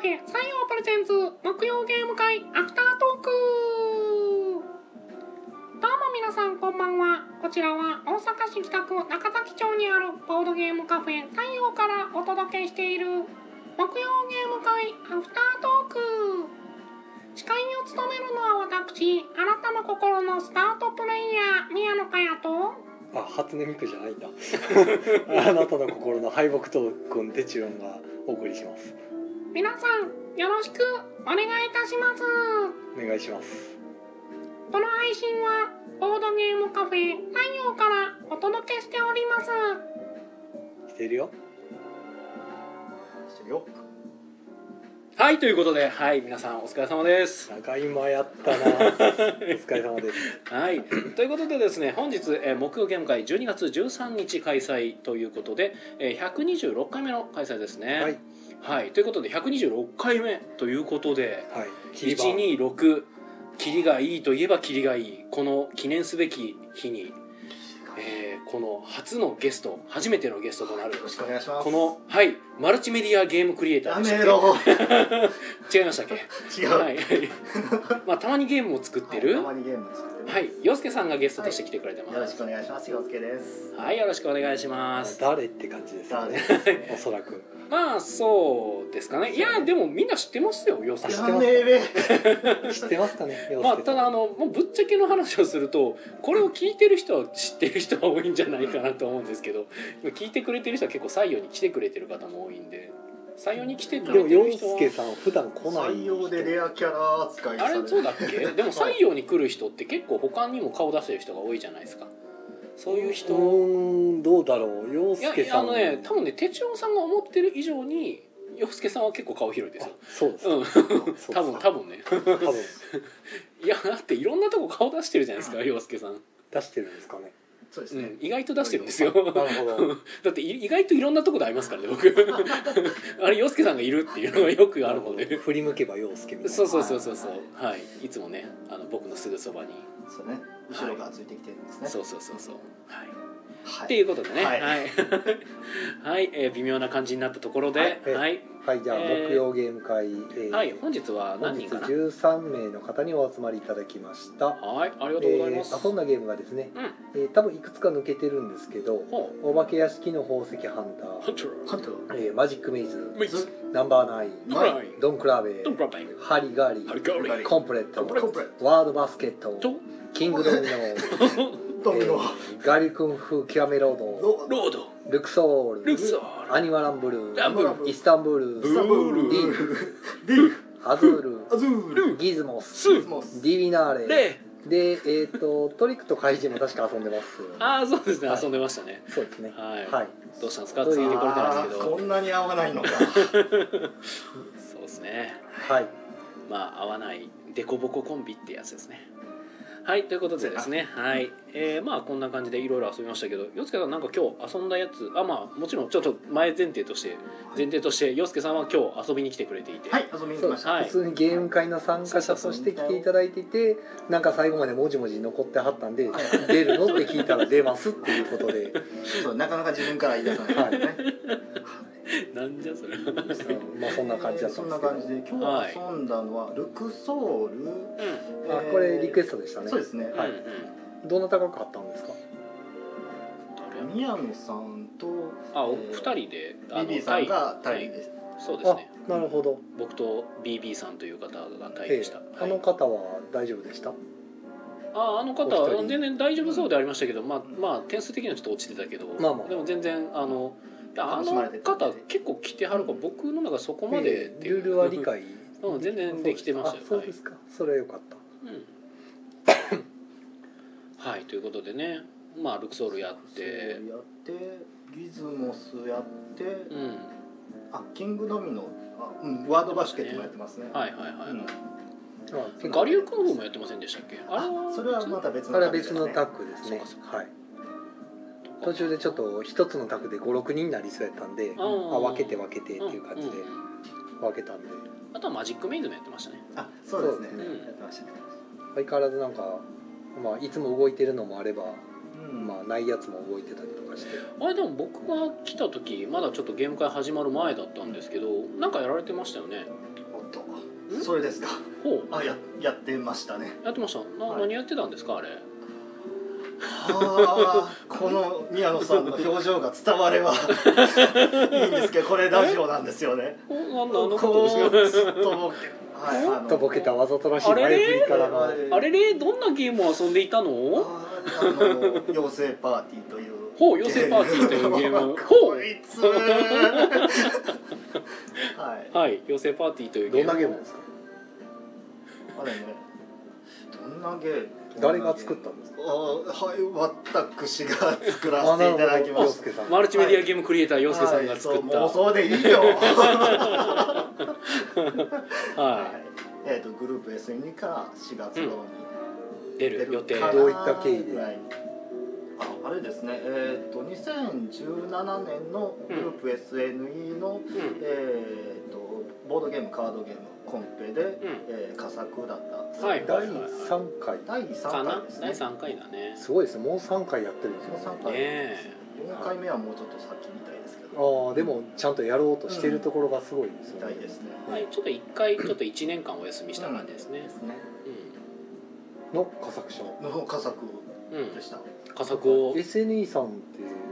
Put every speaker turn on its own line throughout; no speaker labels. で採用プレゼンツ木曜ゲーム会アフタートークどうも皆さんこんばんはこちらは大阪市北区中崎町にあるボードゲームカフェ太陽からお届けしている木曜ゲーム会アフタートーク司会を務めるのは私あなたの心のスタートプレイヤー宮野佳也と
あ初音ミクじゃないんだ あなたの心の敗北トークンテチロンがお送りします
皆さんよろしくお願いいたします
お願いします
この配信はボードゲームカフェ太陽からお届けしております
してるよ
してみようはいということではい皆さんお疲れ様です
中今やっ たなお疲れ様です
はいということでですね本日、えー、木曜ゲーム会12月13日開催ということで、えー、126回目の開催ですね
はい、
はいということで126回目ということで
はい、切り板
126キリがいいといえばキリがいいこの記念すべき日に、えーこの初のゲスト初めてのゲストとなる
よろしくお願いします
このはいマルチメディアゲームクリエイター
や
でしたっ
め
け
ろ
違いましたっけ
違う、
はい、まあたまにゲームを作ってる
たまにゲーム作ってる
はい洋介さんがゲストとして来てくれてま
よろしく
す
お願いします洋介です
はいよろしくお願いします
誰って感じですよね
誰
おそらく
まあそうですかねいやでもみんな知ってますよ洋介さん
あ
やめれ
知ってます かね洋
まあ
介
た
さん
だあのもうぶっちゃけの話をするとこれを聞いてる人は知ってる人は多いんじゃないかなと思うんですけ ど聞いてくれてる人は結構採用に来てくれてる方も多いんで採用に来てく
で
れ
も
てる
洋
人は
介さん普段来ない
採用でレアキャラ扱いさ
あ
れ
れ
る
そうだっ けでも採用に来る人って結構他にも顔出してる人が多いじゃないですかそういう人
うーんどうだろう洋
いや
介
いや
さ
あ
ん
のね多分ね哲夫さんが思ってる以上に洋介さんは結構顔広いです
あ
よ
そうですか、
うん
そう
多分多分ね
多分
いやだっていろんなとこ顔出してるじゃないですか洋介さん、
出してるんですかね
そうです
う
ね、
ん、意外と出してるんですよ
なるほど
だってい意外といろんなとこで会いますからね 僕あれ洋介さんがいるっていうのがよくあるの
なほど
で
振り向けば洋介みたいな
そうそうそうそうそうはい、い、つもねあの僕のすぐそばに
そうね後ろがついてきてるんですね
そうそうそうそうはい
は
っていうことでねは、
はいい
はいえー微妙な感じになったところでは
はいい、
はい
はいじゃあ、
えー
木曜ゲーム会、えー
本日は
本
何
日
人かな
13名の方にお集まりいただきました
はいありがとうございます、
えー遊んだゲームがですね、
うん
えー多分いくつか抜けてるんですけど
ほ
「お化け屋敷の宝石ハン
う
タ
ハ
ー
ンター
本当」
えーマジックメイズ
メイズ
ナンバーナイン
ドライ
ドンクラベ
ドンブラベン
ハリガリ
ハリガリ
コンプレット
コンプレッ
ワールドバスケット
と
キングドミノ、え
ドミノ
ーガリ君風キャメロード
ロ
ロード
ルクソール
ルクソール
アニマランブル
ランブ
ル
イスタンブール
ブール
ディーフアズー
ア
ル
ズール
ギズモス
スー
モス
ディビナーレ
で
でえっ、とトリックと怪獣も確か遊んでますよね
ああそうですね、
はい
遊んでましたね
そうですね
はい
はい
どうしたんですか
どう
つい
い
て
う
これてない
あ
ですけ
ー
ど
こんなに合わないのか
そうですね
はい
まあ合わないデコボココンビってやつですねはいということでですねはい、えーまあこんな感じでいろいろ遊びましたけど洋介さんなんか今日遊んだやつあまあもちろんちょっと前前提として前提として洋介さんは今日遊びに来てくれていて、
はい遊びに来
そう
ました
はい
普通にゲーム会の参加者として来ていただいていてなんか最後までもじもじ残ってはったんで「出るの?」って聞いたら「出ます」っていうこと で
そうなかなか自分から言い出さないからね
なんじゃそれ
まあそんな感じだった
そ
ん
ん
で
な
すけ
感じで今日遊んだのはルクソール、
う
どあこれリクエス
ト
トでしたね
そうですね
ん
はい
うんうん
どなたが買ったんですか
誰
宮野さんと
あお
えー
二人であ
ビビーさんがタイ
タイ
です
そうです
あ
ね
なるほど
僕と BB さんという方がタイ
え
でした、
え
は
あ
い
の方は大丈夫でした
ああの方
お一
は
人
全然大丈夫そうではありましたけど、まあ、まあ点数的にはちょっと落ちてたけど、
まあまあ
でも全然あのいやあ
楽し
の
まれてた
方結構来てはるから僕の中そこまで
え
っ
え
ていう
ルールは理解
うん全然できてましたよ
あそうですかそれはよかった
うん はいということでねまあルクソールやって
やってギズモスやって、
うん
あキングドミノあ、うん、ワードバスケットもやってますね
はいはいはい、
うん
あ結構
ガリウクの方もやってませんでしたっけあれ
あそれはまた別
あ
の
れは別のタ
ッ
ッグですね
そうかそう
はい途中でちょっと一つのタッグで56人になりそうやったんであ
あ
分けて分けてって
うん
いう感じで
うんうん
分けたんで
あとはマジックメイズもやってましたね
あそうですね
そう
ですね
やってましたね
相変わらずなんか、まあ、いつも動いてるのもあれば、
うん
まあ、ないやつも動いてたりとかして
あれでも僕が来た時まだちょっとゲーム会始まる前だったんですけどなんかやられてましたよね
それですか
ほ
あややってましたね
うやってましたな、
はい
何やってたんですかあれ
あーこの宮野さんの表情が伝わればいいんですけどこれラジオなんですよね
おな
こ
何のこと
う
です
ずっとボケはいあ
ちょ
の
っとボケたわざとらしい
あれ
前振りからの
はい
かあれれどんなゲームを遊んでいたの
あの妖精パーティーという
ほう妖精パーティーというゲーム
こいつはい
はい「妖精パーティー」というゲ
ど
ーム
んなゲームですか
あれねどんなゲーム
誰が作ったんですか
あはい私が作らせていただきま
洋
した
介さん
マルチメディアゲームクリエイター妖精さんが作った
はいそう妄想でいいよ
は
えっとグループ S2 から4月頃に
い出る予定
かな
どういった経緯で
はいああれですねえっ、と2017年のグループ SNE
う
の、
ん
えっ、とボードゲームカードゲームコンペで、
ん
えー佳作だった、
はい
第三回
第
か
3
な
回ですね
第3回だね
すごいですねもう三回やってるんですよ
3
ね
回
え
4回目はもうちょっと先みたいですけど
ああでもちゃんとやろうとしてるところがすごいです
み
よ
たい
ね
ですね
はい、ちょっと1回ちょっと1年間お休みした感じですね
で、すね
の佳作賞
の佳作
うんうん
でした
佳作を
SNE さんって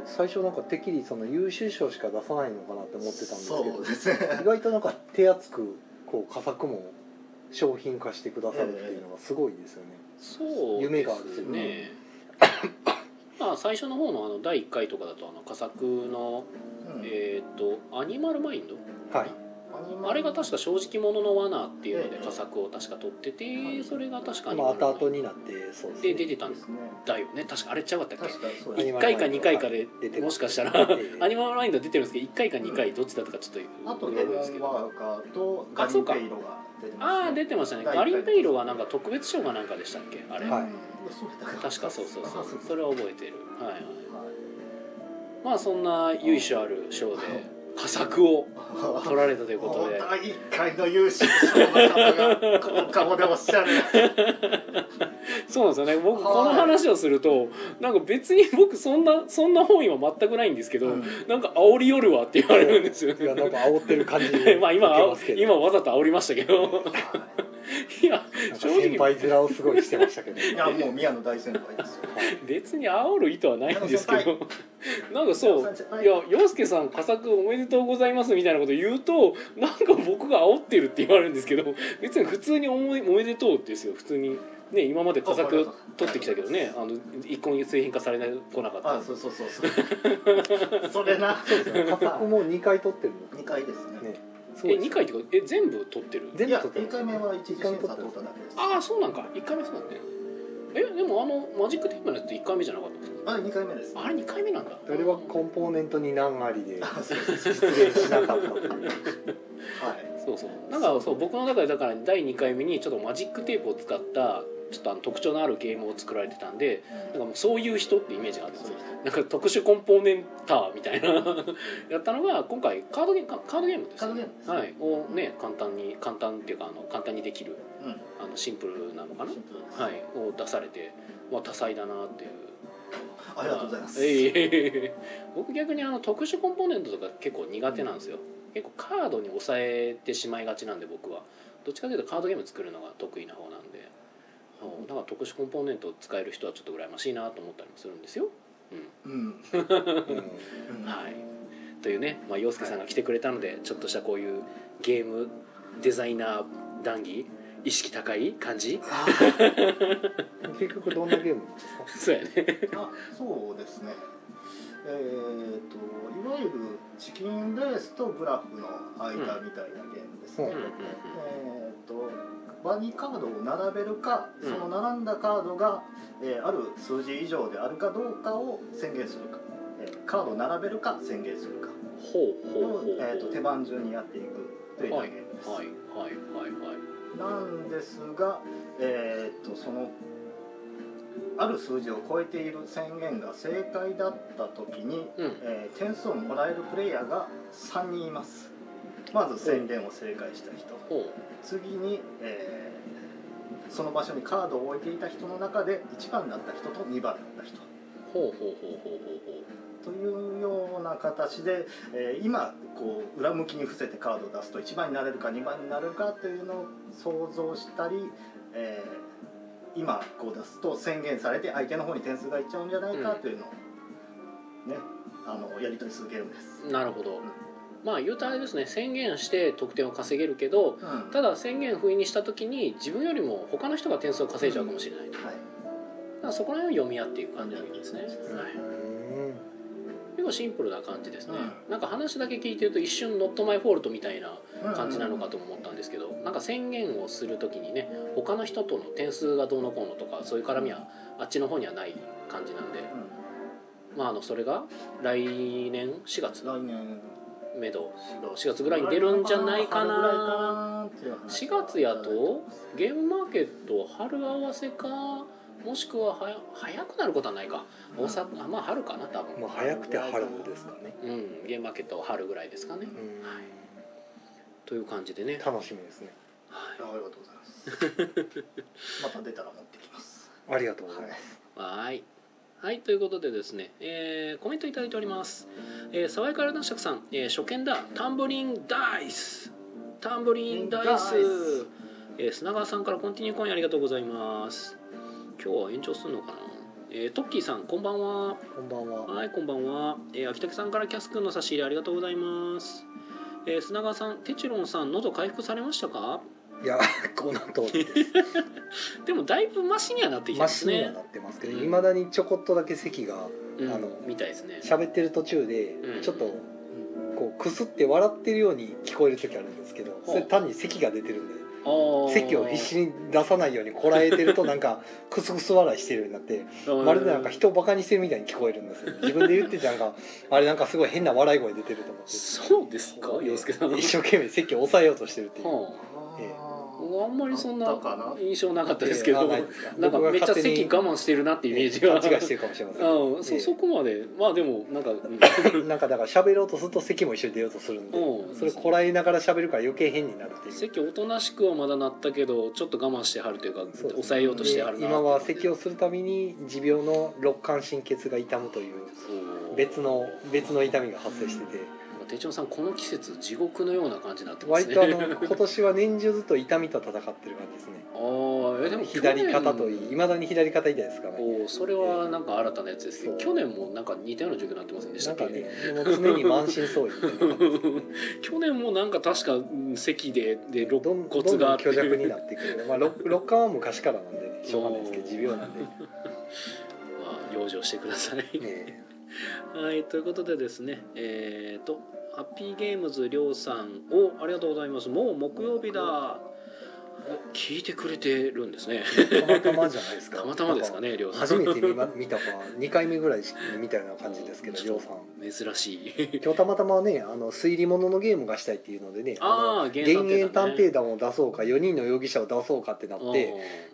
最初なんかてっきりその優秀賞しか出さないのかなって思ってたんですけ
そう
ど
ですね
意外となんか手厚くこう佳作も商品化してくださるっていうのがすごいですよね、
そう
夢がある
で
んですすよ
ね まあ最初の方のあの第1回とかだとあの佳作の
うん
えっ、とアニマルマインド
はい
アニマル
あれが確か正直者の罠っていうので
ええ
佳作を確か取ってて
い
それが確かに
まあ後々になってそうですね
で出てたん
ですね
だよね確かあれちゃうかったっけ
確かそう
アニ
です
1
マル
回か2回かで
出てる
もしかしたら
ええ
アニマルマインド出てるんですけど1回か2回どっちだったかちょっと
あと
う
レ
ろ覚え
モ
ですけ
ン
ど
ワーカーとガリンペイロが出てますね
ああ出てましたね
第一
ガ
回
リンペイロはなんか特別賞がなんかでしたっけあれ、
はい
うんそうだ
確かそうそうそう
あ
それは覚えてるはいはい
は
まあそんな由緒ある賞で佳作を
い
取られたということで
第一回の優秀賞の方がこの顔でおっしゃる
そうなんですよね僕
はい
この話をするとなんか別に僕そんなそんな本意は全くないんですけど、
うん
なんか煽り寄るわって言われるんですよ
いや
ね
なんか煽ってる感じ
まあ今
受けますけど
今わざと煽りましたけど いや
なんか
正直
先輩面をすごいしてましたけど
いやもう宮野大先輩ですよ
別に煽る意図はないんですけどなんかそういや洋介さん佳作おめでとうございますみたいなこと言うとなんか僕が煽ってるって言われるんですけど別に普通におめおめでとうですよ普通にね今まで佳作取ってきたけどねあの一向に製品化されない来なかった
あそうそうそうそうそれな
価格も二回取ってるの
二回ですね
ねすご
え
いです
2回ってかえ全部取ってる
全
い
部
や
取ってる
一回目は一次審査通っただけです
ああそうなんか1回目そうなんだねえでもあのマジックテープのやつって1回目じゃなかったんですか
あ二回目です
あれ2回目なんだ
あれはコンポーネントに何ありで
あそうそうそう
実現しなかったという
はい
そうそうなんかそう僕の中でだから第2回目にちょっとマジックテープを使ったちょっとあの特徴のあるゲームを作られてたんでなんかもうそういう人ってイメージがあったんです
そう
よ
いう
なんか特殊コンポーネンターみたいな やったのが今回カードゲームかカードゲームです
カード
よ
ゲ
ね
ームです
はいをね簡単に簡単っていうかあの簡単にできる
人うん
あのシンプルなのかな
シンプルです
はいを出されてまあ多彩だなっていう
ありがとうございます
あええええええ僕逆にあの特殊コンポーネントとか結構苦手なんですよ結構カードに抑えてしまいがちなんで僕はどっちかというとカードゲーム作るのが得意な方なんでそうだから特殊コンポーネントを使える人はちょっと羨ましいなと思ったりもするんですよ、う
うん
うん
うん
ん、
は
はいというね、まあ、洋介さんが来てくれたのでちょっとしたこういうゲームデザイナー談義意識高い感 じ
結局どんなゲームですか
そうやね
あそうですねえー、といわゆるチキンレースとブラフの間みたいなゲームですね、
う
うん
んうんうん
えー、と場にカードを並べるか
うん
その並んだカードが、えーある数字以上であるかどうかを宣言するか、えーカードを並べるか宣言するか
ほうほうほう
を
ほう、
えー、と手番順にやっていくというゲ
はいはい
ームです、
はいはいはい
なんですが、えーっとそのある数字を超えている宣言が正解だった時に、
うん
えー点数をもらえるプレイヤーが3人いますまず宣言を正解した人
ほ
次に、えーその場所にカードを置いていた人の中で1番だった人と2番だった人
うほうほうほうほうほうほう
というような形で、えー今こう裏向きに伏せてカードを出すと1番になれるか2番になるかというのを想像したり、えー今こう出すと宣言されて相手の方に点数がいっちゃうんじゃないかというのを、ねあのやり取りするゲームです。
なるほど、
うん
まあ言うとあれですね宣言して得点を稼げるけど
うんは
ただ宣言不意にした時に自分よりも他の人が点数を稼いじゃうかもしれないと、だ
い
からそこら辺を読み合っていく感じのゲームですね、
うん
はい、
うん
結構シンプルな感じですね、なんか話だけ聞いてると一瞬ノットマイフォールトみたいな感じなのかとも思ったんですけどなんか宣言をする時にね他の人との点数がどうのこうのとかそういう絡みはあっちの方にはない感じなんで
うん
まああのそれが来年4月
来年
めど4月ぐらいに出るんじゃないか
春ぐらい
な
かなっていう話
4月やとゲームマーケット春合わせかもしくははや早くなることはないか大阪あまあ春かな多分
まあ早くて春ですかね。
うんゲームマーケットは春ぐらいですかね
うん
はいという感じでね
楽しみですね。
ありがとうございま すまた出たら持ってきます
ありがとうございます。
はい。はい、ということでですね、えーコメントいただいております。えー、爽やかな男爵さん、えー初見だ、タンブリンダイス。タンブリンダイス
ダイス。
えー砂川さんからコンティニューコインありがとうございます。今日は延長するのかな。えートッキーさん、こんばんは。
こんばんは。
はい、こんばんは。えー秋竹さんからキャス君の差し入れありがとうございます。えー砂川さん、テチロンさん、喉回復されましたか。
いや、この後
でも、だいぶマシにはなってきて
マ
ます
シには
ね
な。ってますけど、
うん
未だにちょこっとだけ咳が
うん
あの
みたいですね。
喋ってる途中で
うん
ちょっとこうくすって笑ってるように聞こえる時あるんですけど、それ単に咳が出てるんで。
あー
咳を必死に出さないようにこらえてるとなんかクスクス笑いしてるようになってまるでなんか人をバカにしてるみたいに聞こえるんですよ自分で言っててなんか あれなんかすごい変な笑い声出てると思って
そうですか洋介さん
一生懸命席を抑えようとしてるっていう、
は
ええ
あ、あんまりそん
あ
な
ったかな
印象なかったですけど
あ
ないん
ですか
かめっちゃ席
僕が勝
我慢してるなって
手
イ
に
メージが
勘違いしてるかもしれません
うんそ
ええ
そこまでまあでもなんか、うん
なんかだから喋ろうとすると席も一緒に出ようとするんで
うん
それこらえながら喋るから余計変になるっていう
席おとなしくはまだなったけどちょっと我慢してはるというか
そうですね
抑えようとしてはるな
で今は席をするために持病の肋間神経痛が痛むという
そう
別の別の痛みが発生してて
手帳さんこの季節地獄のような感じになってます
割
ね
とあの今年は年中ずっと痛みと戦ってる感じですね
あーえでも去年
左肩といいいまだに左肩痛いですからね
おーそれはなんか新たなやつですけど
そう
去年もなんか似たような状況になってませんでし
な
た
ん
っけ
かねもう常に満身創痍みたい な感じです
去年もなんか確かうん席でで肋
どんどん
骨が
ど
あ
ん
って
虚弱になってくる、まあ、ろ肋間は昔からなん でねしょうがないですけど持病なんで、ね
まあ養生してください、
え、
はいということでですねえっ、とハッピーゲームズりょうさんをありがとうございますもう木曜日だ聞いてくれてるんですね
たまたまじゃないですか
たまたまですかねりょう
なんか
さん
初めて見,、ま、見たか2回目ぐらいみたいな感じです けどりょうさん
珍しい
今日たまたまねあの推理物のゲームがしたいっていうのでね
あー
の
幻
幻
影探偵団ね
影探偵団を出そうか4人の容疑者を出そうかってなって
う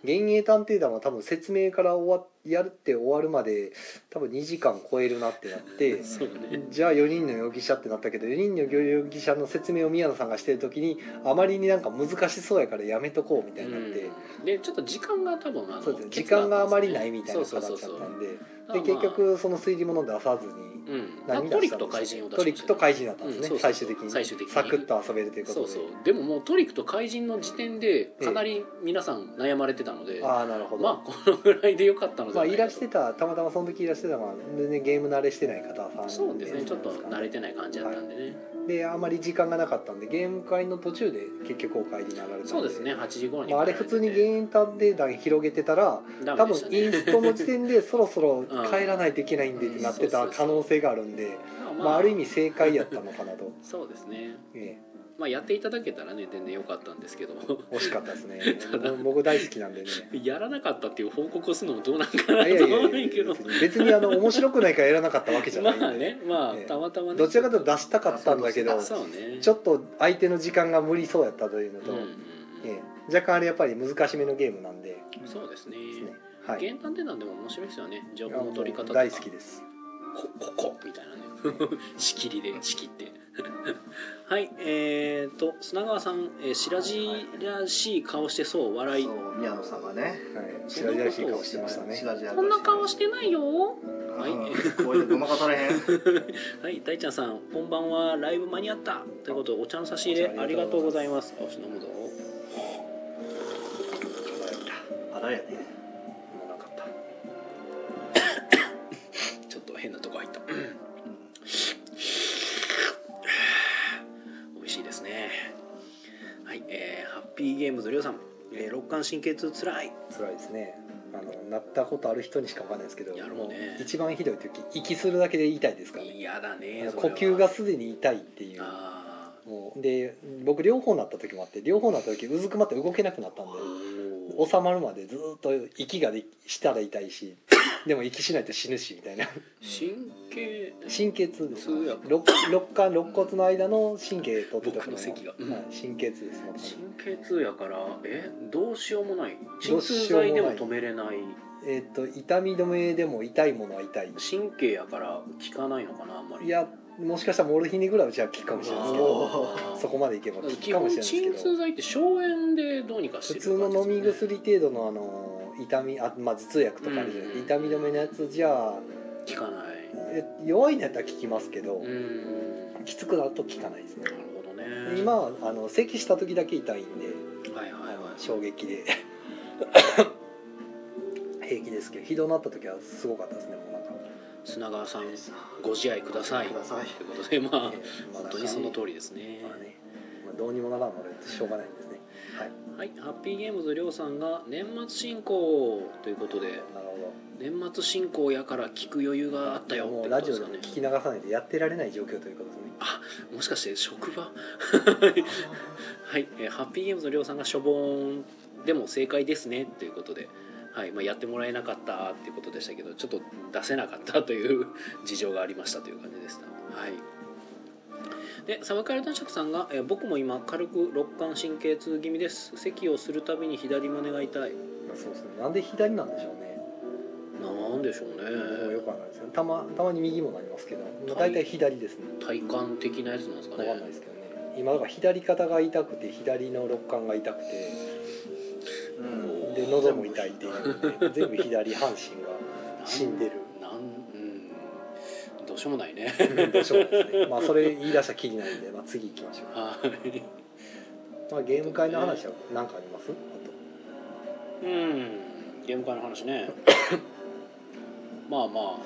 幻影探偵団は多分説明から終わやるって終わるまで多分2時間超えるなってなって
んそうね
じゃあ4人の容疑者ってなったけど4人の容疑者の説明を宮野さんがしてる時にあまりになんか難しそうやからやめとこうみたいになって、
うんでちょっと時間が多分あの
そうですね
欠
時
があったんですね
間があまりないみたいな形
そ
だ
う
った
そ
ん
う
で
そうそう
で結
まあ
局その推理物を出さずに。
うん
何出したんです
トリック
か
と怪人を出しましたね
トリックと怪人だったんですね、
うんそうそう
最終的に
最終的に
サクッと遊べるということ
そう
で
そうでももうトリックと怪人の時点でかなり皆さん悩まれてたので、
ああなるほど
まあこのぐらいでよかったので
ま
は
あ
ない
い
かと
らしてたたまたまその時いらしてたのは全然ゲーム慣れしてない方さん
そうですね
で
ちょっと慣れてない感じだったんでね、
であまり時間がなかったんでゲーム会の途中で結局お帰りになられたんで
そうですね8時頃に、
まあ、あれ普通に原因探偵団広げてたら
ダ
多
メで
分
した
イ
ね
ンストの時 点でそろそろ帰らないといけないんでってなってた可能性があるんで、
ま
まあ、ある意味正解やったのかなと、
そうですね
え
まあやっていただけたらね全然よかったんですけど
え惜しかったですね僕僕大好きなんでね
やらなかったっていう報告をするのもどうなんか
い
な
やいや
と
いや
思うんだけ ど
別に別にあの面白くないからやらなかったわけじゃないん で、
まあねまあ
ええ
たまたまね
どちらかというと出したかったんだけど
あそうね
ちょっと相手の時間が無理そうやったというのと、
うんうんうん
ええ若干あれやっぱり難しめのゲームなんで
そうですね
ですね、はい、
原探偵団でも面白いですよね情報の取り方とか
大好きです
こここみたいなね 仕切りで仕切って はいえー、と砂川さん、えー、白地らしい顔してそう笑い
そう宮野さんがね
はい、白々しい顔してましたね。
白々
そんな顔してないよ
はい
うんこうやってごまかさ れへん
はい大ちゃんさんこんばんはライブ間に合ったということでお茶の差し入れありがとうございますよし飲むぞ
あらやね
飲まなかった。
ちょっと変なとこ入った美味しいですねはいえー、ハッピーゲームズりょうさん、えー、肋間神経痛つらい
辛いですね。あのなったことある人にしかわかんないですけど、
やろ
も
うね
う一番ひどい時息するだけで痛いですからね。
嫌だねそれ
呼
は
吸がすでに痛いっていう。
あ
もうで僕両方なった時もあって両方なった時うずくまって動けなくなったんで
ーおー
収まるまでずっと息がでしたら痛いしでも息しないと死ぬしみたいな
神経
神経痛です
痛や
肋肋間肋骨の間の神経取ってた
僕の席がうん
はい神経痛ですもん
神経痛やからえどうしようもない
ど
鎮
う
痛
しようも
剤
ない
でも止めれない
えっと痛み止めでも痛いものは痛い
神経やから効かないのかなあんまり
いやもしかしたらモルヒネぐらいはじゃあ効くかもしれないですけど
お
あー
そこまでいけば効く
基
かも
本
しれ
鎮
ないですけ
痛
ど
剤って消炎でどうにかして
普
る
通の飲み
感じですよね
薬程度のあの痛みあ、まあ、頭痛薬とかあるじゃないですか、痛み止めのやつじゃあ
効かない
え弱いのやったら効きますけど、
うんなる
きつくなると効かないですね
ほどね
今はあの咳した時だけ痛いんで
はいはいはい
衝撃で 平気ですけどひどなった時はすごかったですねもうなんか
砂川さん
さ
ご自愛ください
く
とい
ださいう
ことでまあ
えー
本当にその通りです
り
ね
まあね、まあ、どうにもならんのでしょうがないんですね
はいハッピーゲームズりょうさんが年末進行ということで
なるほど
年末進行やから聞く余裕があったよ
も
っ
う
て
ラ
こ
ジ
と
オ
で
ですも
かね
聞き流さないでやってられない状況ということですね
もしかして職 場はい、えーハッピーゲームズのりょうさんがしょぼーんでも正解ですねということで、はいまあ、やってもらえなかったっていうことでしたけどちょっと出せなかったという事情がありましたという感じでしたはいでサバカル男爵さんが、えー僕も今軽く肋間神経痛気味です咳をするたびに左胸が痛い
まあそうですねなんで左なんでしょうね、
なんでしょう
もうよ
ね
くわかんないですねたまたまに右もなりますけど、まあ、
はい
大体左ですね
体感的なやつなんですか
わ
ね
かんないですけどね今だから左肩が痛くて左の肋間が痛くて
うん
で喉も痛いっていうね全部左半身が死んでる
なんうんどうしようもないね
どうしようもないですねまあそれ言い出したらきりないんで、まあ、次行きましょ
はい。
う、まあ、ゲーム会の話は何かありますあ
うんゲーム会の話ねまあまあ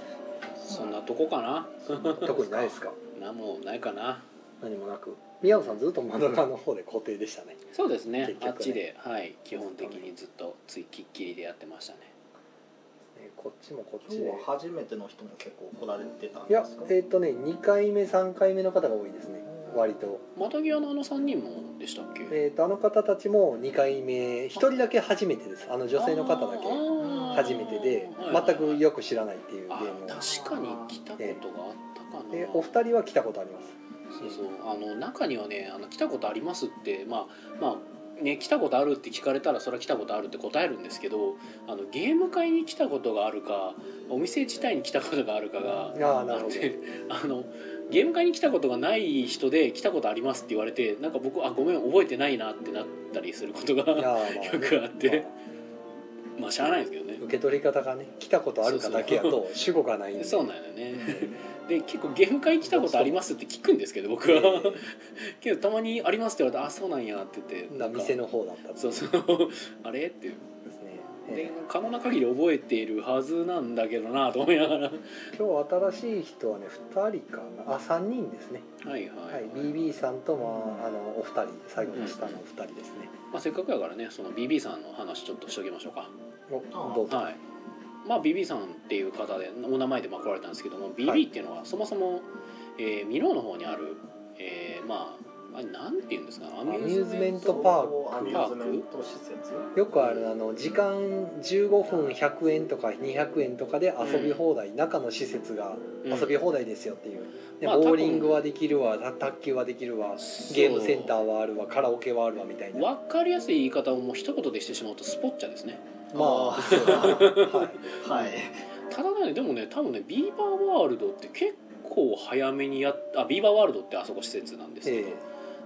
そんなとこかな
と特にないですか
何もないかな
何もなく宮野さんずっと真ん中の方で固定でしたね
そうですね
結局
あ
ね
っちではい基本的にずっとついきっきりでやってましたね
えーこっちもこっち
今
で
日は初めての人も結構来られてたん
いや
ですか
えーっ、とね2回目3回目の方が多いですね割と,、
またぎ屋のあの3人もでしたっけ
えーっとあの方たちも2回目1人だけ初めてですあの女性の方だけ初めてで全くよく知らないっていうゲームを
あ確かに来たことがあったかな
でお二人は来たことあります
そうそうあの中にはねあの来たことありますってまあまあね来たことあるって聞かれたらそれは来たことあるって答えるんですけどあのゲーム会に来たことがあるかお店自体に来たことがあるかが
ああな
あ
るほ
っ
ど
てあのゲーム会に来たことがない人で来たことありますって言われてなんか僕あごめん覚えてないなってなったりすること
いや
が
まあ
よくあって まあしゃあないですけどね
受け取り方がね来たことあるかだけやと主語がないんで
そうなんよねで結構ゲーム会来たことありますって聞くんですけど僕は。けどたまに「あります」って言われて「あそうなんや」って言って
な
なんか
店の方だったんです
そうそうあれっていう
ね
で
え
可能な限り覚えているはずなんだけどなと思いなが ら
ー今日新しい人はね2人かなあ3人ですね
はいはい、
はい BB さんとまああのお二人最後の下のお二人ですね
まあ、せっかくやからねその BB さんの話ちょっとしときましょうか
おどうぞ
はいまあ BB さんっていう方でお名前でまあ来られたんですけども BB っていうのはそもそも、えーミノーの方にある、えーまああれなんて言うんですかアミューズメント
トパーク
アミューズメント施設
よくあるあの時間15分100円とか200円とかで遊び放題中の施設が
うん
遊び放題ですよっていう、で
まあ
ボーリングはできるわた卓球はできるわ
そう
ゲームセンターはあるわカラオケはあるわみたいな
わかりやすい言い方をもう一言でしてしまうとスポッチャですね
まあ
あー
そうだはい
はい
ただねでもね多分ねビーバーワールドって結構早めにやっあビーバーワールドってあそこ施設なんですけど、
え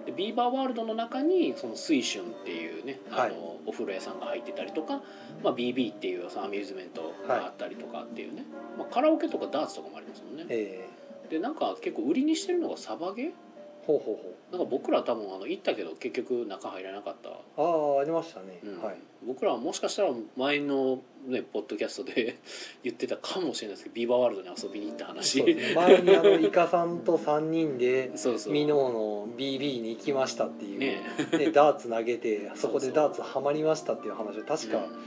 でビーバーワールドの中にその水春っていうねあの、
はい
お風呂屋さんが入ってたりとか、まあ、BB っていうそのアミューズメントがあったりとかっていうね、まあ、カラオケとかダーツとかもありますもんね
ええ
でなんか結構売りにしてるのがサバゲー
えほうほう
なんか僕ら多分あの行ったけど結局中入らなかった、
ほうああありましたね、
うん
はい
僕らはもしかしたら前の、ね、ポッドキャストで 言ってたかもしれないですけどビーバーワールドに遊びに行った話
そうですね前にあのイカさんと3人で
そうそう
ミノーの BB に行きましたっていう、
ね
でダーツ投げてそ
そ
こ
うそ
で
う
ダーツハマりましたっていう話を確か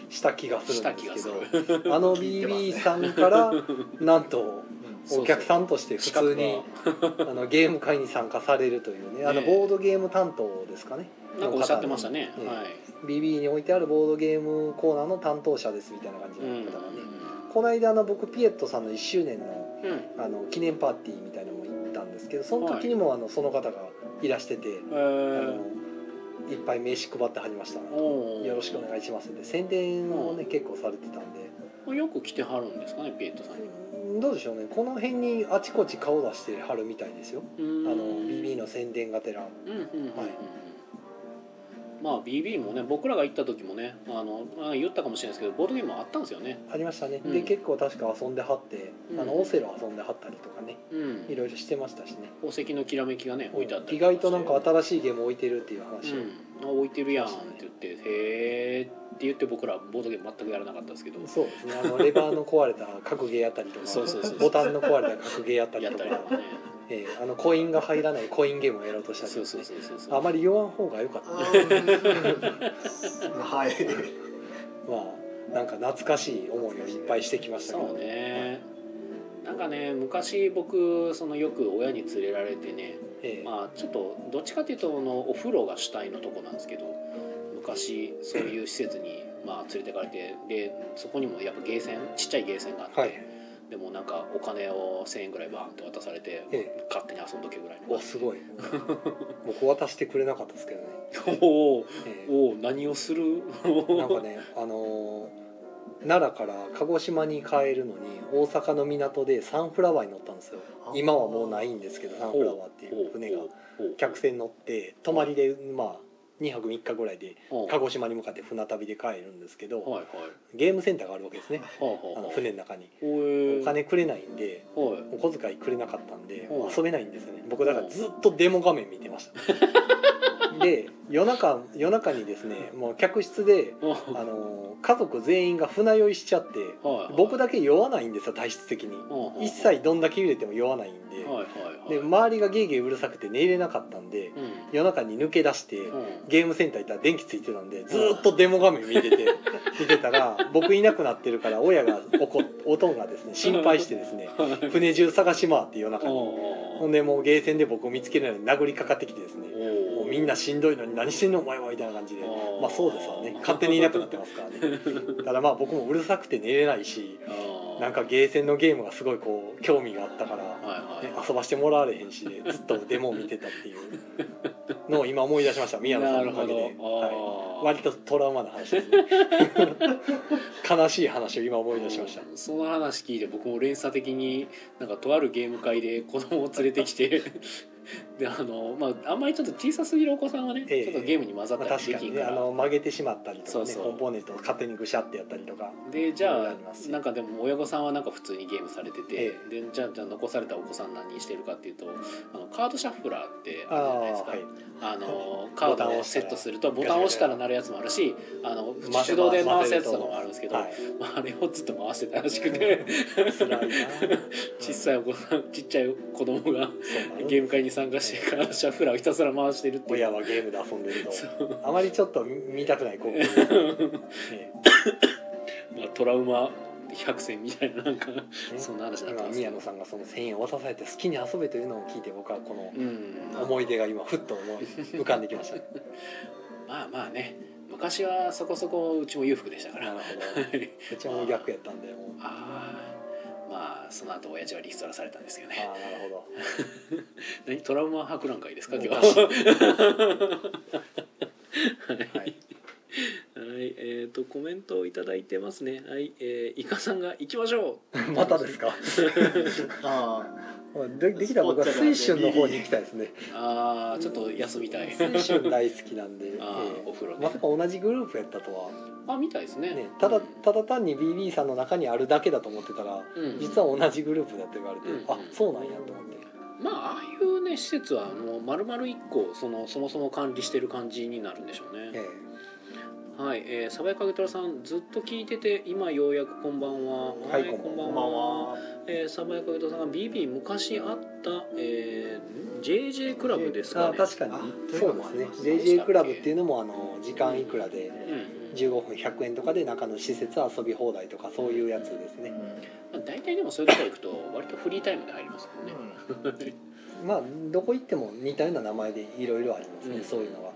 した気がするんです
した気
けど、あの
聞いてますね
BB さんからなんとお客さんとして普通にあのゲーム会に参加されるというねあの
ね
ボードゲーム担当ですかね
なんかおっしゃってましたね
ね
はい、
BB に置いてあるボードゲームコーナーの担当者ですみたいな感じ
う
の
ん
方がね、この間あの僕ピエットさんの1周年の
うん
あの記念パーティーみたいなのも行ったんですけどその時にもあのその方がいらしてて、
え
あ
ー
のいっぱい名刺配ってはりましたなと
おー
よろしくお願いしますって宣伝をね
う
結構されてたんで
よく来てはるんですかねピエットさんに
うんどうでしょうねこの辺にあちこち顔出してはるみたいですよ
あ
あの BB の宣伝がてら
うんうんうんうん
はい
まあ BB もね僕らが行った時もねあのまあ言ったかもしれないですけどボードゲームあったんですよね
ありましたね、
う
で
ん
結構確か遊んではって、
うん
あのオセロ遊んではったりとかね
うん
いろいろしてましたしね
宝石のきらめきがね置いてあったり
意外となんか
あ
新しいゲーム置いてるっていう話を、
うん、あ置いてるやんって言って「へえ」って言って僕らボードゲーム全くやらなかったですけど
そうですねあのレバーの壊れた格ゲーやったりとか
そうそうそう
ボタンの壊れた格ゲーやったり
やっ
と
た
か
りとかね
えーあのコインが入らないコインゲームをやろうとしたりと
そ
か
う
ね
そうそうそうそう
あまり言わん方が良かった、
はい
まあなんか懐かしい思いをいっぱいしてきましたけ
そ
ど
うねなんかね昔僕そのよく親に連れられてね
ええ
まあちょっとどっちかというとあのお風呂が主体のとこなんですけど昔そういう施設 にまあ連れてかれてでそこにもやっぱゲーセンちっちゃいゲーセンがあって、
はい
でもなんかお金を1,000円ぐらいバーンと渡されて
ええ
勝手に遊んどけぐらいの
お すごい僕渡してくれなかったですけどね、
おー
ええ
おー何をする
なんかねあのー奈良から鹿児島に帰るのに大阪の港でサンフラワーに乗ったんですよ今はもうないんですけどサンフラワーっていう船が客船乗って泊まりでまあ2泊3日ぐらいで鹿
か
児島に向かって船旅で帰るんですけど
はいはい
ゲームセンターがあるわけですね
はい
あ
はい
の
はい
船の中に
おー
お金くれないんで
はい
お小遣いくれなかったんで
うん
遊べないんですよね僕だからずっとデモ画面見てましたで夜中夜中にですねもう客室であの家族全員が船酔いしちゃって
はい
僕
だ
だけ酔わないんですよ体質的に一切どんだけ揺れても酔わないんで
はいはいはい
で周りがゲーゲーうるさくて寝れなかったんで
うん
夜中に抜け出して
うん
ゲームセンター行ったら電気ついてたんでずーっとデモ画面見てて 見てたら僕いなくなってるから親が怒っ音がですね心配してですね船中探し回って夜中に
お
ほんでもうゲーセンで僕を見つけるのに殴りかかってきてですねもうみんなしんどいのに何してんのお前はみたいな感じで
おー
まあそうですわね勝手にいなくなってます からねだからまあ僕もうるさくて寝れないしなん
か
かゲーセンのゲームがすごいこう興味があったから、
はい
ね
は
遊ばしてもらわれへんしでずっとデモを見てたっていうのを今思い出しました
い
宮野さんのおかげで、
なるほど
は
あー
い、割とトラウマな話ですね悲しい話を今思い出しました
うんその話聞いて僕も連鎖的になんかとあるゲーム会で 子供を連れてきて であのまああんまりちょっと小さすぎるお子さんはね、
ええ
ちょっとゲームに混ざっ
まあ、
たり
確
で
か
き
に
ん
ね
か
あ
ら、
の曲げてしまったりとか
そう
ね
そう
コンポーネントを勝手にぐしゃってやったりとか
でじゃ
いろいろあ
あ
りますよ
なんかでも親御さんはなんか普通にゲームされてて、
え
でじゃあじゃあ残されたお子さん何してるかっていうとあのカードシャッフラーって
あ
あるじゃない
あ
ですか
はい
あのカードをセットするとボ
ボ
タ
タ
ン
ン
を押
を押
し
したた
ら
ら
なるやつもあるしあの
ま
手動で回すやつとかも
ま
あるんですけど、
はい
まあ、あれをずっと回してたらしくて
辛いな
小さいお子さんちっちゃい子供が
そうなる
ゲーム会に参加してカードシャッフラーをひたすら回してるっていう
親はゲームで遊んでる
そ
とあまりちょっと見たくない光景です ね
まあ、トラウマ100選みたいななんか
ね
そんな話になって
今
ますけ
宮
ど
野さんがその1,000円を渡されて好きに遊べというのを聞いて僕はこの
うん
思い出が今ふっ と思い浮かんできました
まあまあね昔はそこそこうちも裕福でしたから
なるほど
はい。
うちも逆やったんでもう
ああまあその後親父はリストラされたんですけど
ああ
ね
なるほ
何トラウマ博覧会ですか
ど
今
お
日は
かしい
はい、はい、えっ、と、コメントをいただいてますね。はい、えー、イカさんが行きましょう。
またですか
あ
でできたら僕は水春の方に行きたいですね
ああ、ちょっと休みたい。
水春大好きなんで、え
あー
え
お風呂ね
まさ。か同じグループやったとは、
あ、みたいですね。
ね、ただ
うん
ただ単に BB さんの中にあるだけだと思ってたら
うん
実は同じグループだって言われて、
うん
あそうなんやと思って
まあああいうね施設はもう丸々一個そのそもそも管理してる感じになるんでしょうね
え
はい、えー、サバヤカゲトラさんずっと聞いてて今ようやくこんばんは
はいこんば
こんばんは
えー、サバヤカゲトラさんが BB 昔あった、えー、ん JJ クラブです
あ
かね
確かに
あ
そうですね
と
いうのもありまし
JJ
た
クラブっていうのもあの時間いくらで
うん、うん
15分100円とかで中の施設遊び放題とかそういうやつですね
まあ、大体でもそういうとこ行くと割とフリータイムで入りますもんね、
まあどこ行っても似たような名前でいろいろありますね、
うん
そういうのは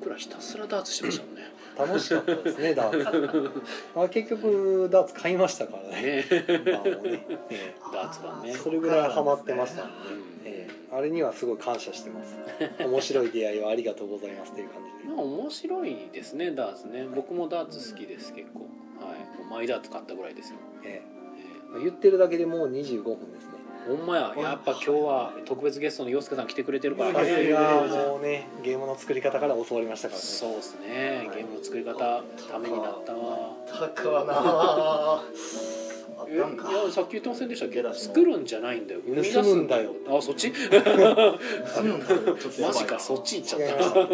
僕らひたすらダーツしてましたもんね
楽しかったですねダーツあ結局ダーツ買いましたからね
ね
バーをね、え
ダーツ版ね
えそれぐらいハマってましたね
うん
ええあれにはすごい感謝してます面白い出会いをありがとうございますっていう感じ
まあ面白いですねダーツね僕もダーツ好きです結構はいもうマイダーツ買ったぐらいですよ、
で、え
え
え言ってるだけでもう25分ですね
えほんまややっぱ今日は特別ゲストの洋介さん来てくれてるから
さ
いやい
す
ね
や
がもうねゲームの作り方から教わりましたからね
そうですねゲームの作り方ためになったわ
たかなああっ
えい
た
や
んか
さっき言ってませんでしたっけ
ゲラシモ
作るんじゃないんだよ生み出す
盗むんだよ
あそっちマジかそっち行っちゃ
違い
っ
ました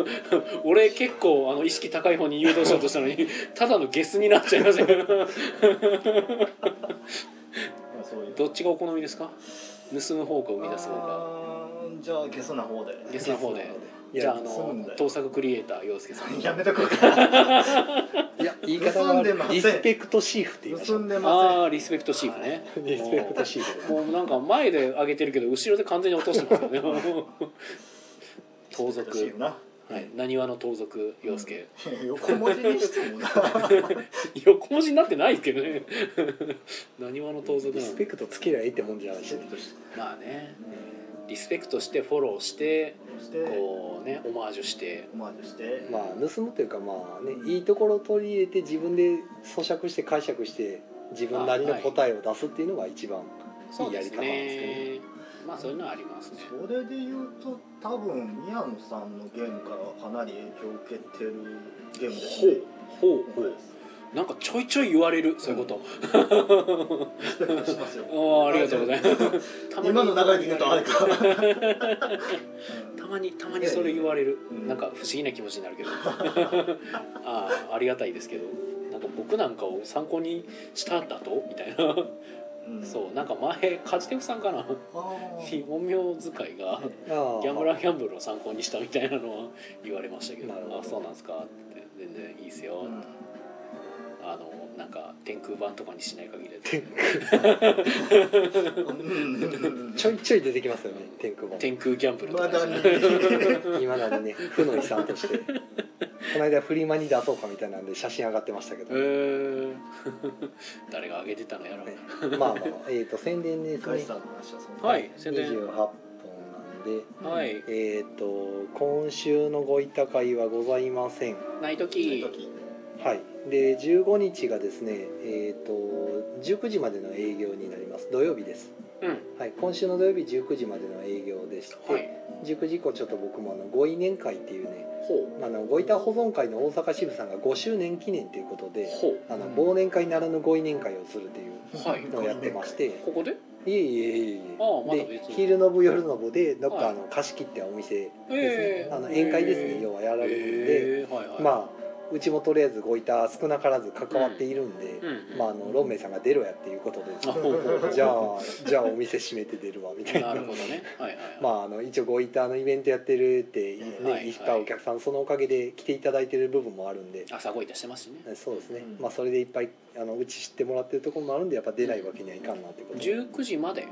俺結構あの意識高い方に誘導しようとしたのに ただのゲスになっちゃいました けど
そういう
どっちがお好みですか盗む方か生み出す方か
あーじゃあゲスな方で
ゲスな方で
いや
じゃああ
そ
の
うなんだよ
盗作クリエイター洋介さん
やめとこうか
いや言い方が
盗んでません
リスペクトシーフって言いまし
結
た
んで
あ
ま
あーリスペクトシーフね
リスペクトシーフ
もうもうなんか前で上げてるけど後ろで完全に落としてますよね盗
せん難しいよ
賊
な
はいなにわの盗賊洋介
横文字にしてもな
横文字になってないけどねなにわの盗賊
リ
な
ス
の
ペクトつけりゃいいってもんじゃないしね、
まあね
うん
リスペクトしてフォローして
そして
こうねオマージュして
オマージュして
まあ盗むというかまあねいいところを取り入れて自分で咀嚼して解釈して自分なりの答えを出すっていうのが一番
そうです
いいやり方なん
ねまあそういうのはありますね
それで言うと多分宮野さんのゲームからはかなり影響を受けてるゲームです
ほ
ね
うほうほうなんかちょいちょい言われるそういうこと、
リスペクトしますよ
おーありがとうございます たまに
今の流れで言うとあれか
たまにたまにそれ言われる、
うん
なんか不思議な気持ちになるけど ああありがたいですけどなんか僕なんかを参考にしたんだとみたいな、
うん
そうなんか前カジテフさんかな
あ ー
に音名使いが
ああ
ギャンブラーギャンブルを参考にしたみたいなのは言われましたけど
なるほど
あそうなんですかって全然いいですよ、
うん
あのなんか天空版とかにしない限り
天
で
うん
ちょいちょい出てきますよね天空も
天空ギャンブルとか
ま
にし
だ
ない
ね
いまだにね負の遺産としてこの間フリマに出そうかみたいなんで写真上がってましたけ
え
ど、
ー、 誰が挙げてたのやら、
ねまあまあえっ、と宣伝です
ガイ
ね
さんの話はそんな
はい宣伝
28本なんで
はい
えっ、と今週のご委託会はございません
ないと
いい
き
時
はい、で15日がですね、えー、と19時までの営業になります土曜日です、
うん
はい、今週の土曜日19時までの営業でして、
はい
19時以降ちょっと僕もあのご委年会っていうね
ほう
あのご委託保存会の大阪支部さんが5周年記念ということで
ほう
あの忘年会ならぬご委年会をするという
はい
のをやってまして
ここで
いえいえいえい
ああま
え
だ
で
別に
昼の部夜の部でどっ
はい
かあの貸し切ってお店です
え
ね
え
あの宴会ですね要はやられるんで。
えーはいはい、あ
まあうちもとりあえずごいた少なからず関わっているんで、
うん
まあ、あのロンメイさんが出ろやっていうこと
あほうほうほ
で
う
じゃあじゃあお店閉めて出るわみたいな
なるほどねはいはいはい、
まああの一応ごいたのイベントやってるって、ね
はいはい
言ったお客さんそのおかげで来ていただいてる部分もあるんで、
朝ごいたしてますしね
そうですね、
うん
まあ、それでいっぱいあのうち知ってもらってるところもあるんでやっぱ出ないわけにはいかんなってことで
19時まで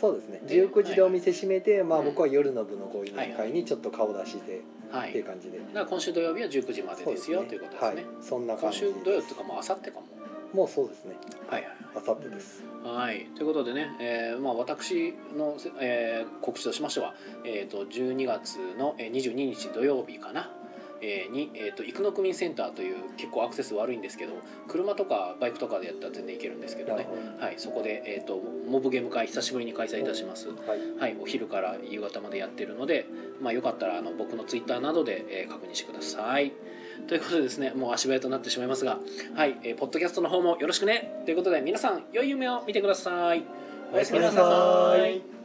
そうですね
で
19時でお店閉めて、まあ、
うん
僕は夜の部のご委員会にちょっと顔出して
は
っ
い
てい
だ
う
か
感じで。
ら今週土曜日は19時まで
そう
ですよということですね、
はい、そんな感
今
じ
週土曜とかもう明後日かも
もうそうですね
はいはい
あさってです
はい、ということでね、えーまあ、私の、えー告知としましては、えー、と12月のえー22日土曜日かな、えーに、えー、と生野区民センターという結構アクセス悪いんですけど車とかバイクとかでやったら全然行けるんですけどね、はい、そこで、えー、とモブゲーム会久しぶりに開催いたします、
はい
はい、お昼から夕方までやってるので、まあ、よかったらあの僕のツイッターなどで、えー確認してくださいということでですねもう足早となってしまいますがはい、えーポッドキャストの方もよろしくねということで皆さん良い夢を見てくださいおやすみなさ
おやすみなさ
い
い